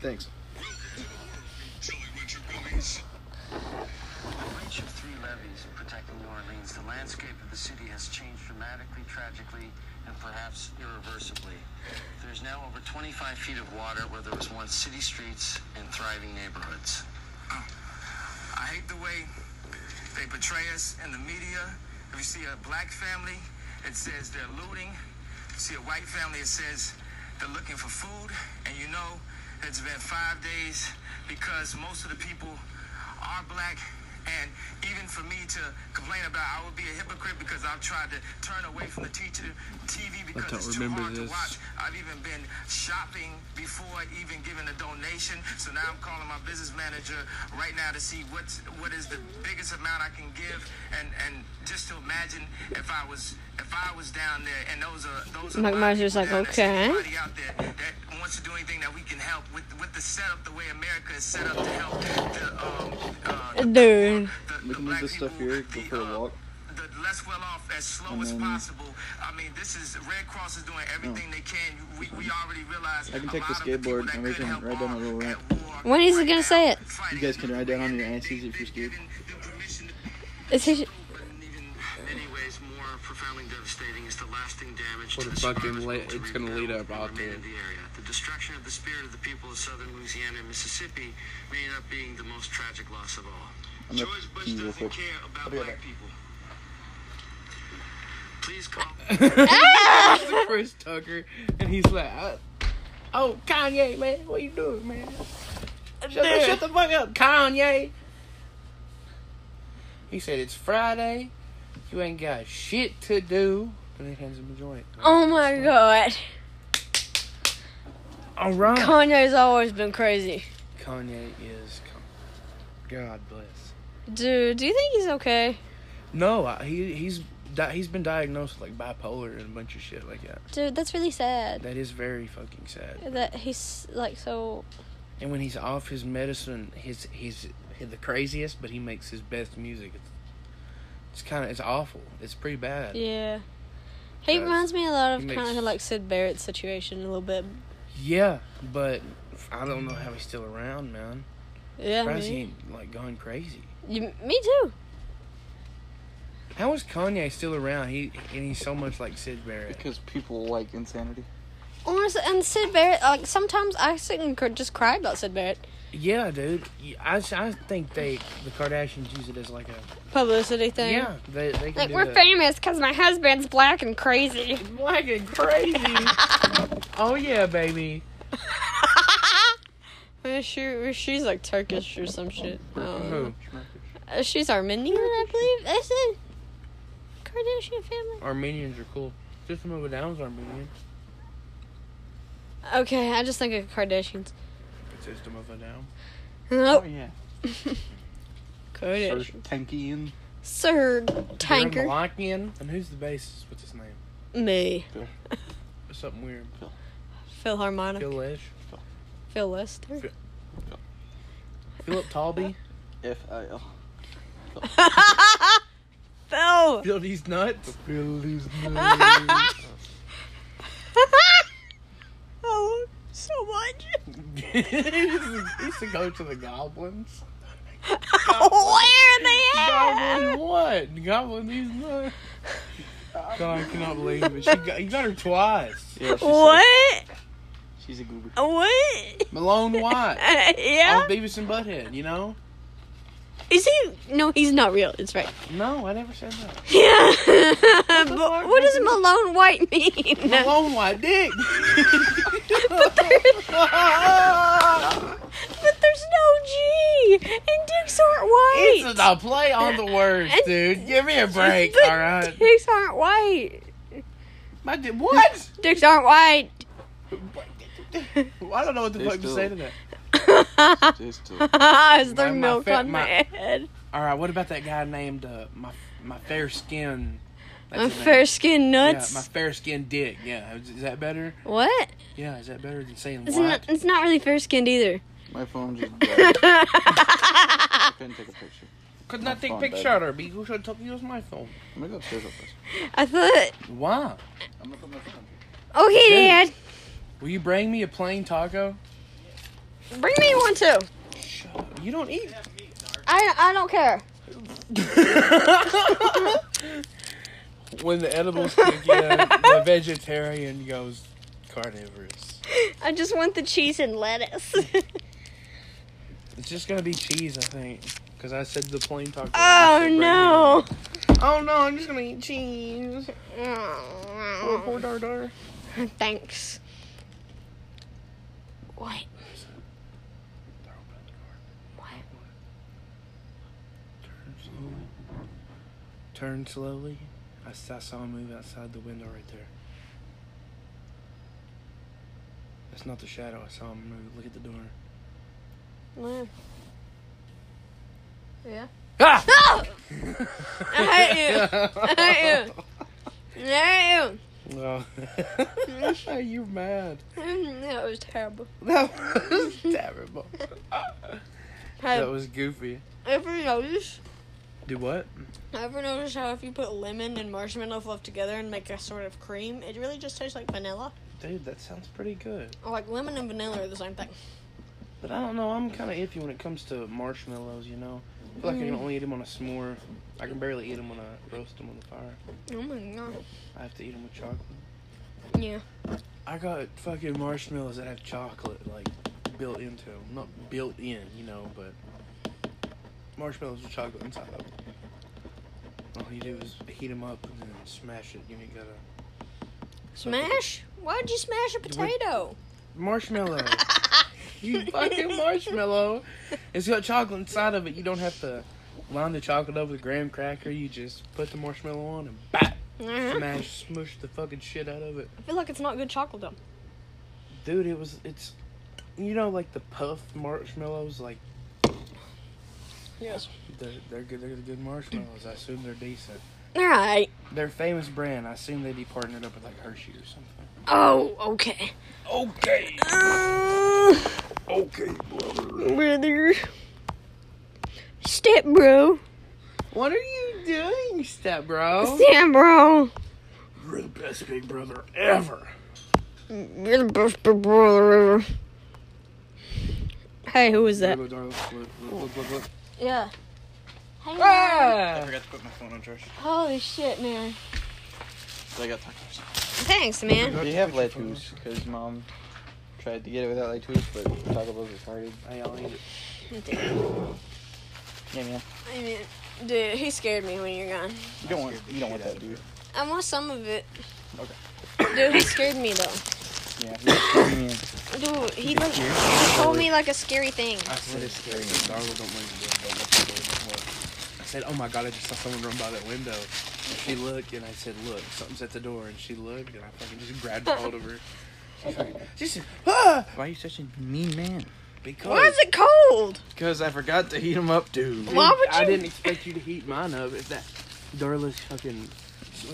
S3: Thanks.
S7: By breach of three levees protecting New Orleans, the landscape of the city has changed dramatically, tragically, and perhaps irreversibly. There's now over 25 feet of water where there was once city streets and thriving neighborhoods.
S8: I hate the way they portray us in the media. If you see a black family, it says they're looting. If you see a white family, it says they're looking for food. And you know, it's been five days because most of the people are black. And even for me to complain about, I would be a hypocrite because I've tried to turn away from the teacher TV because
S1: don't
S8: it's too
S1: remember
S8: hard
S1: this.
S8: to watch. I've even been shopping before even giving a donation. So now I'm calling my business manager right now to see what's what is the biggest amount I can give, and and just to imagine if I was if I was down there and those are those are
S2: Mike
S8: my
S2: Myers is
S8: people
S2: like,
S8: down there,
S2: okay.
S8: somebody out there that wants to do anything that we can help with with the setup the way America is set up to help the um uh,
S2: Dude.
S8: the,
S3: We
S8: the
S3: can move
S8: black
S3: this stuff
S8: people,
S3: here. Go
S8: the,
S3: for a
S8: uh,
S3: walk.
S8: the less well off as slow
S3: And
S8: as
S3: then-
S8: possible. I mean, this is Red Cross is doing everything they can. We, we already realize.
S3: I can
S8: a
S3: take the
S8: lot of people
S3: skateboard
S8: that
S3: and we
S8: could
S3: can
S8: help
S3: ride down
S8: are
S3: the little
S8: at war
S2: When is he
S8: right
S2: gonna
S8: now,
S2: say it?
S8: fighting
S3: You guys can ride down on your asses if you're scared.
S8: the permission to
S2: Is he?
S7: But in even many ways more profoundly devastating is the lasting damage
S1: What
S7: to
S1: a
S7: the
S1: fucking
S7: survivors'
S1: la-
S7: will to
S1: it's gonna
S7: rebuild
S1: lead up
S7: and
S1: out
S7: remain
S1: there.
S7: in The, area. the destruction of the spirit of the people of southern Louisiana and Mississippi may end up being the most tragic loss of all.
S3: I'm gonna
S7: George Bush
S3: pee real
S7: doesn't
S3: quick.
S7: care about
S3: be right
S7: black
S3: back.
S7: people. Please call.
S1: Chris Tucker, and he's like, uh, "Oh, Kanye, man, what you doing, man? Shut, the- shut the fuck up, Kanye." He said, "It's Friday, you ain't got shit to do," and he hands him a joint.
S2: Oh my god.
S1: All right,
S2: Kanye's always been crazy.
S1: Kanye is. Con- God bless.
S2: Dude, do you think he's okay?
S1: No, I, he he's di- he's been diagnosed with like bipolar and a bunch of shit like that.
S2: Dude, that's really sad.
S1: That is very fucking sad.
S2: That he's like so.
S1: And when he's off his medicine, his he's the craziest, but he makes his best music. It's, it's kind of it's awful. It's pretty bad.
S2: Yeah. He
S1: Guys,
S2: reminds me a lot
S1: he
S2: of kind
S1: makes-
S2: of like Sid Barrett's situation a little bit.
S1: Yeah, but I don't know how he's still around, man.
S2: Yeah,
S1: Surprised he
S2: me,
S1: ain't like gone crazy.
S2: you, me too.
S1: How is Kanye still around? He and he's so much like Sid Barrett.
S3: Because people like insanity.
S2: Honestly, and Sid Barrett, like sometimes I sit and cr- just cry about Sid Barrett.
S1: Yeah, dude. I, I think they the Kardashians use it as like a
S2: Publicity thing.
S1: yeah. They they can
S2: Like
S1: do
S2: we're
S1: that.
S2: famous because my husband's black and crazy.
S1: black and crazy. oh yeah, baby.
S2: Uh, she, she's like Turkish or some shit.
S1: Who?
S2: Um, uh, she's Armenian, I believe. That's it. Kardashian family.
S1: Armenians are cool. System of a Down's Armenian.
S2: Okay, I just think of Kardashians.
S1: System of a Down.
S2: Nope.
S3: Oh, yeah.
S2: Kardashian.
S3: Tankian.
S2: Sir
S1: Darren
S2: Tanker.
S1: Malakian. And who's the bassist? What's his name?
S2: Me.
S1: Something weird.
S2: Philharmonic.
S1: Phil Lesh.
S2: Phil Lester.
S1: Philip Talby.
S3: F I L.
S2: Phil!
S1: Phil these nuts.
S2: oh, so much.
S1: he used to go to the goblins.
S2: Where are they at?
S1: Goblin what? Goblin these nuts. God, I cannot believe it. She got, he got her twice.
S3: Yeah, she's,
S4: What?
S3: she's a goober.
S4: What?
S1: Malone White.
S4: yeah.
S1: Off Beavis and Butthead, you know?
S4: Is he? No, he's not real. It's right.
S1: No, I never said that.
S4: Yeah. but
S1: fuck?
S4: what does Malone White mean?
S1: Malone White dick.
S4: but, there, but there's no G, and dicks aren't white.
S1: it's a play on the words,
S4: And-
S1: dude. Give me a break,
S4: But
S1: all right?
S4: Dicks aren't white.
S1: My di- what?
S4: Dicks aren't white.
S1: Well, I don't know what the
S3: Stay
S1: fuck to
S3: still.
S1: say to that.
S3: Just to-
S4: Is there
S1: My- my
S4: milk
S1: fa-
S4: on my,
S1: my-
S4: head?
S1: All right, what about that guy named uh, my my fair skin?
S4: My fair skin
S1: Yeah,
S4: nuts.
S1: my fair skinned dick. Yeah, is, is that better?
S4: what?
S1: Yeah, is that better than saying
S4: It's
S1: white?
S4: not, it's not really fair skinned either.
S3: My phone just died. I couldn't take a picture.
S1: Could not take
S3: phone,
S1: picture
S3: baby.
S1: of her. Because I took you as my phone.
S3: I'm gonna go upstairs real fast.
S4: I thought,
S1: Why?
S3: I'm gonna put my phone.
S4: okay, Dad,
S1: Will you bring me a plain taco?
S4: bring me one too.
S1: You don't eat.
S4: I I don't care.
S1: when the edibles kick in, the vegetarian goes carnivorous.
S4: I just want the cheese and lettuce.
S1: It's just gonna be cheese, I think. Because I said the plain taco. I
S4: oh
S1: said bring me-
S4: no.
S1: Oh no, I'm just gonna eat cheese. Oh,
S4: Mm.
S1: poor dar dar.
S4: Thanks. What?
S1: Turn slowly. Turn slowly. I, s- I saw him move outside the window right there. That's not the shadow. I saw him move. Look at the door.
S4: What?
S1: Ah!
S4: I hate you. I hate you. I hate
S1: Oh. You're mad.
S4: you. That was terrible.
S1: That was terrible.
S4: Hey,
S1: That was goofy.
S2: Ever notice?
S1: Do what?
S2: Ever notice how if you put lemon and marshmallow fluff together and make a sort of cream, it really just tastes like vanilla?
S1: Dude, that sounds pretty good.
S2: Or like lemon and vanilla are the same thing.
S1: But I don't know. I'm kind of iffy when it comes to marshmallows, you know? I feel like I can only eat them on a s'more. I can barely eat them when I roast them on the fire.
S2: Oh my god.
S1: I have to eat them with chocolate.
S2: Yeah.
S1: I got fucking marshmallows that have chocolate, like, built into them. Not built in, you know, but marshmallows with chocolate inside of them. All you do is heat them up and then smash it. You ain't gotta.
S2: Smash? Why'd you smash a potato? Uh-huh.
S1: Marshmallow. you fucking marshmallow. It's got chocolate inside of it. You don't have to line the chocolate up with a graham cracker. You just put the marshmallow on and bap,
S2: I
S1: smash, smush the fucking shit out of it.
S2: feel like it's not good chocolate though.
S1: Dude, it was, it's, you know, like the puffed marshmallows, like
S2: Yes.
S1: they're, they're good, they're the good marshmallows. I assume they're decent.
S2: Alright.
S1: They're a famous brand. I assume they'd be partnered up with like Hershey or something.
S2: Oh, okay.
S1: Okay.
S2: Mm,
S1: Okay.
S4: Brother. Step bro.
S1: What are you doing, step bro?
S4: Step bro.
S1: You're the best big brother ever.
S4: You're the best big brother ever. Hey, who is that?
S1: Look, look, look, look, look, look.
S4: Yeah. Hey.
S2: Ah!
S3: I forgot to put my phone on charge.
S4: Holy shit, man.
S3: So I got tacos.
S2: Thanks, man.
S3: We have lettuce because mom tried to get it without lettuce, but Taco Bell's retarded.
S1: Hey, I'll eat it.
S3: Yeah, man.
S2: I mean, dude, he scared me when you're gone.
S3: You don't want you don't want that, dude.
S2: I want some of it.
S3: Okay.
S2: Dude, he scared me though.
S3: Yeah. he's- me and-
S2: Dude, he, looked, he told me like a scary thing.
S1: I said it's scary. Darla don't let me do I said, oh my god, I just saw someone run by that window. She looked and I said, look, something's at the door. And she looked and I fucking just grabbed hold of her. She fucking- She said, ah!
S3: Why are you such a mean man?
S1: Because
S2: Why is it cold?
S3: Because I forgot to heat him up, dude.
S1: Dude,
S2: Why would
S1: I
S2: you-
S1: didn't expect you to heat mine up if that Darla's fucking.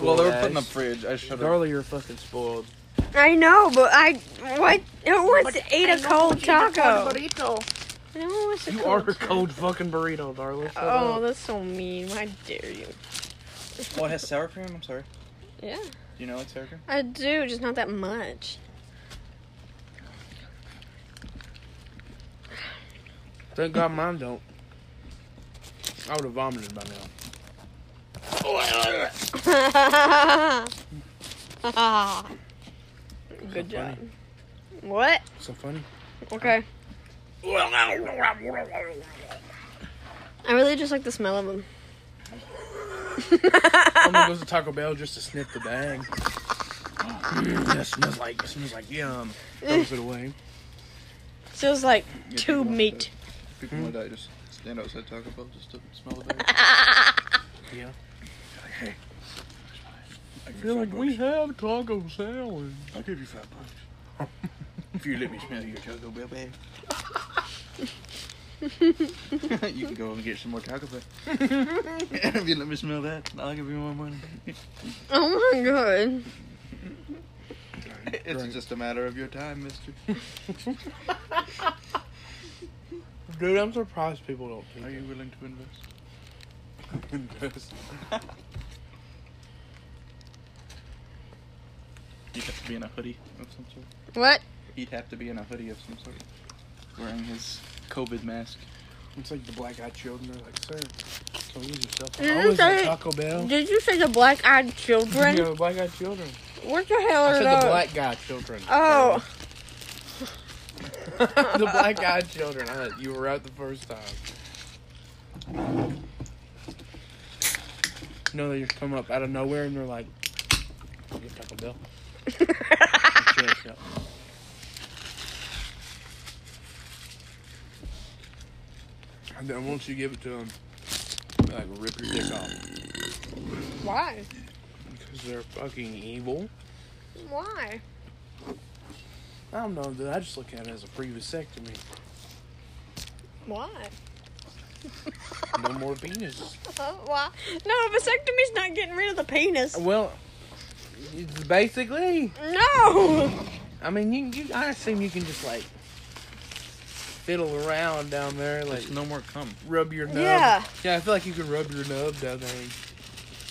S3: Well, they were put in the
S1: spoiled ass.
S3: fridge. I should have.
S1: Darla, you're fucking spoiled.
S4: I know, but I what? Who wants to eat a cold taco?
S2: Burrito. No one wants a
S1: You
S2: cold
S1: are a cold fucking burrito, darling. Shut
S2: Oh,
S1: up.
S2: that's so mean. Why dare you?
S3: Oh, it has sour cream. I'm sorry.
S2: Yeah,
S3: Do you know it's sour cream?
S2: I do, just not that much.
S1: Thank God mine don't. I would have vomited by now. So
S2: Good job.
S1: funny.
S2: What?
S1: So funny.
S2: Okay. I really just like the smell of them.
S1: I'm gonna go to Taco Bell just to sniff the bag. Mm, that smells like that smells like yum. Throws it away.
S2: Feels like
S5: Yeah, people
S2: tube
S5: want
S2: meat.
S5: that. People
S3: Hmm?
S5: want that. Just stand outside Taco Bell just to smell the bag.
S1: Yeah. I feel like we have taco salad.
S5: I'll give you five bucks. if you let me smell your Taco Bell bag. you can go and get some more Taco Bell. if you let me smell that, I'll give you more money.
S2: Oh my god.
S5: It's just a matter of your time, mister.
S1: Dude, I'm surprised people don't think
S5: Are you willing to invest?
S1: invest.
S5: You'd have to be in a hoodie of some sort.
S2: What?
S5: He'd have to be in a hoodie of some sort. Wearing his COVID mask.
S1: It's like the black eyed children are like, sir, go use yourself.
S4: Did you
S2: Mm,
S1: I was at
S4: say-
S1: Taco Bell.
S4: Did you say the black eyed children?
S1: Yeah, the black eyed children.
S4: What the hell
S1: I
S4: are
S1: said
S4: those?
S1: the black guy children.
S4: oh,
S1: the black eyed children. I, you were right the first time. No, they just come up out of nowhere and they're like, "I'll get Taco Bell. Get your ass out. And then once you give it to them, they like rip your dick off
S2: Why?
S1: because they're fucking evil.
S2: Why?
S1: I don't know, dude. I just look at it as a pre vasectomy.
S2: Why?
S1: No more penis.
S2: Why? No, a vasectomy's not getting rid of the penis.
S1: Well, it's basically.
S2: No!
S1: I mean, you, you, I assume you can just like fiddle around down there, like
S3: There's no more cum.
S1: rub your nub.
S2: Yeah.
S1: Yeah, I feel like you can rub your nub down there and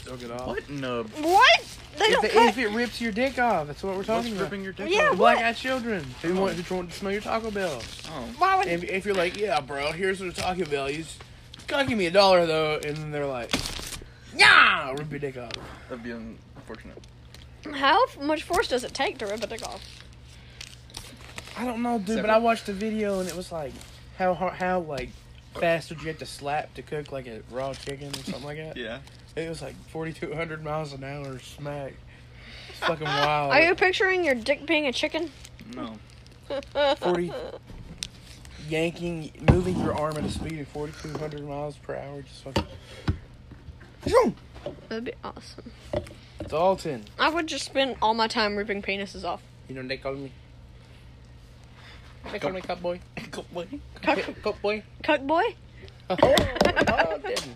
S1: suck it off.
S3: What nub?
S2: What? They
S1: If
S2: don't
S1: it,
S2: cut.
S1: if it rips your dick off, that's what we're
S3: What's
S1: talking about.
S3: ripping your dick
S2: Oh, Yeah.
S3: off?
S1: Black eyed children who want, who want to smell your Taco Bell.
S3: Oh.
S2: Why would
S1: If, if you're like, yeah, bro, here's what a Taco Bell is. God, give me a dollar though, and then they're like, yeah, rip your dick off.
S3: That'd be unfortunate.
S2: How f- much force does it take to rip a dick off?
S1: I don't know, dude, but
S3: Separate.
S1: I watched the video and it was like, how hard, how like fast would you have to slap to cook like a raw chicken or something like that?
S3: Yeah.
S1: It was like 4,200 miles an hour smack. It's fucking wild.
S2: Are you picturing your dick being a chicken?
S3: No.
S1: 40, yanking, moving your arm at a speed of 4,200 miles per hour. Just fucking. Zoom!
S2: That'd be awesome.
S1: Dalton.
S2: I would just spend all my time ripping penises off.
S1: You know, they call me. They call
S2: call
S1: me Cowboy. Cowboy.
S2: Cuck,
S1: Cowboy.
S2: cuck boy?
S1: Oh, oh, damn.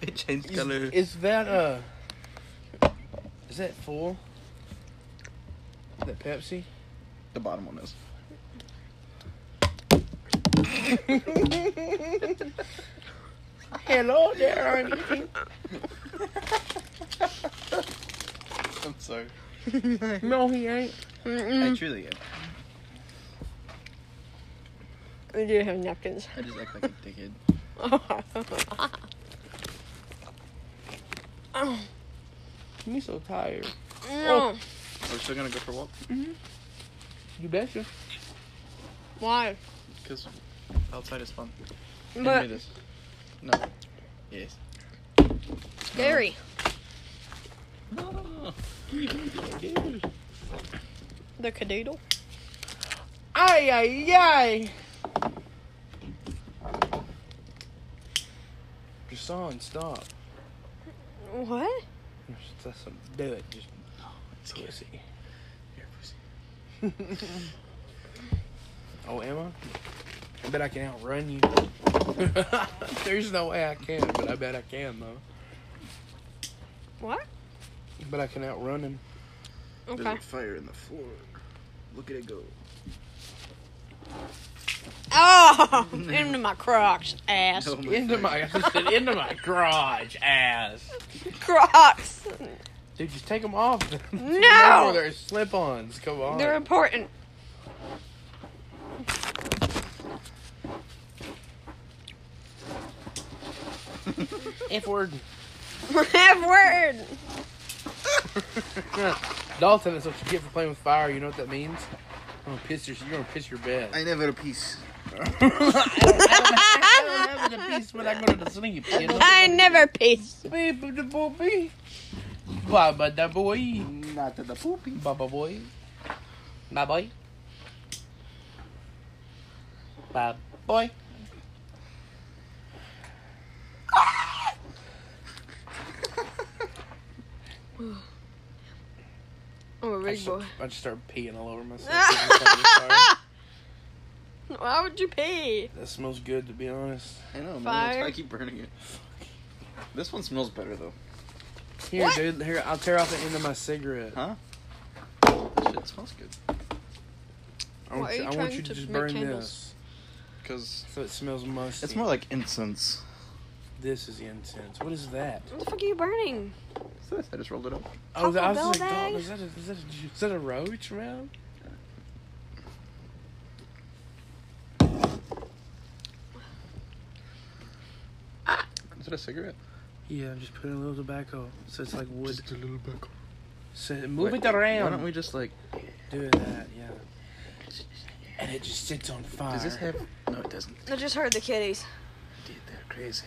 S3: It changed
S1: Is, is that uh is that full? Is that Pepsi?
S3: The bottom one is.
S1: Hello there, Arnie.
S3: I'm sorry.
S1: no, he ain't.
S3: I
S2: Mm-mm.
S3: truly am.
S2: We do have napkins. Oh.
S3: I just act like a dickhead.
S1: Oh. Me so tired.
S2: no.
S3: We're still gonna go for a walk
S1: You betcha.
S2: Why?
S3: because outside is fun. Hand me
S2: But
S3: this. No. Yes.
S2: scary. The cadoodle.
S1: Ay ay ay. Your song, stop.
S2: What?
S1: That's some do it. Just pussy. Oh, am I? I bet I can outrun you. There's no way I can, but I bet I can though.
S2: What?
S1: but I can outrun him.
S2: Okay.
S3: fire in the floor. Look at it go.
S2: Oh, into my Crocs ass.
S3: Oh
S1: Into my, I just said into my garage ass.
S2: Crocs.
S1: Dude, just take them off.
S2: No!
S1: they're slip-ons. Come on.
S2: They're important.
S1: F word.
S2: F word.
S1: Dalton, that's what you get for playing with fire. You know what that means? I'm gonna piss your, you're gonna piss your bed.
S5: I never a piece.
S1: I'm having a piece when I go to sleep. You know?
S2: I never peace.
S1: Beep, boop, doop, boop, beep. Baba da boy.
S5: Not the poopy.
S1: Baba boy. Bye boy. Bye boy.
S2: I'm a
S1: I
S2: big
S1: just,
S2: boy.
S1: I just started peeing all over myself. Sorry.
S2: Why would you pee?
S1: that smells good, to be honest.
S3: I know, man.
S2: Fire.
S3: I keep burning it. This one smells better though.
S1: Here,
S2: What?
S1: dude. Here, I'll tear off the end of my cigarette.
S3: Huh? Shit smells good.
S1: I want,
S2: Why are
S1: you,
S2: you
S1: I want
S2: trying
S1: you to
S2: to
S1: just
S2: make
S1: burn
S2: candles?
S3: Cause
S1: this, so it smells musty.
S3: it's more like incense.
S1: this is incense. What is that?
S2: What the fuck are you burning?
S3: What's this? I just rolled it up.
S1: Oh,
S2: Taco
S1: I was just
S2: Bell
S1: like,
S2: bag?
S1: "Dog, is that a, is that a, is that a roach, man?
S3: Is it a cigarette?
S1: Yeah, I'm just putting a little tobacco, so it's like wood.
S3: Just a little bit.
S1: So move
S3: Wait,
S1: it around.
S3: Why don't we just like?
S1: do that? Yeah. And it just sits on fire.
S3: Does this have? No, it doesn't.
S2: I just heard the kitties.
S3: Dude, they're crazy.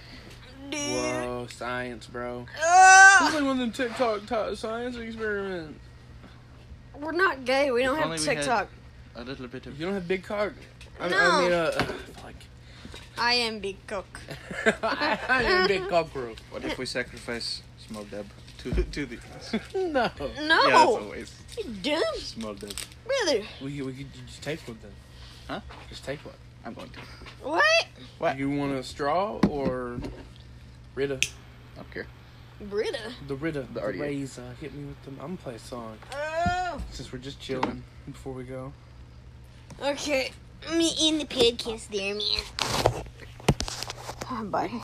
S2: Dude.
S1: Whoa, science, bro. This
S2: Ugh.
S1: is like one of them TikTok ti- science experiments.
S2: We're not gay. We don't
S3: If
S2: have
S3: only we had-
S2: TikTok.
S3: A little bit of.
S1: You don't have big cock. I,
S2: No.
S1: I mean, uh, fuck.
S2: I am big cook.
S1: I am a big cockroach.
S3: What if we sacrifice small deb to to the?
S1: No.
S3: Yeah, that's
S2: No.
S3: a waste.
S2: you dumb
S3: Small deb.
S2: brother.
S1: We could- we could just take one then.
S3: Huh?
S1: Just take one.
S3: I'm going to.
S2: What?
S3: What?
S1: You want a straw or Rita?
S3: I don't care.
S2: Brita.
S1: The Rita, the,
S3: RDA.
S1: razor. Hit me with them. I'm gonna play a song
S2: Oh.
S1: since we're just chilling before we go.
S2: Okay. Me in the podcast there, man. Oh, buddy.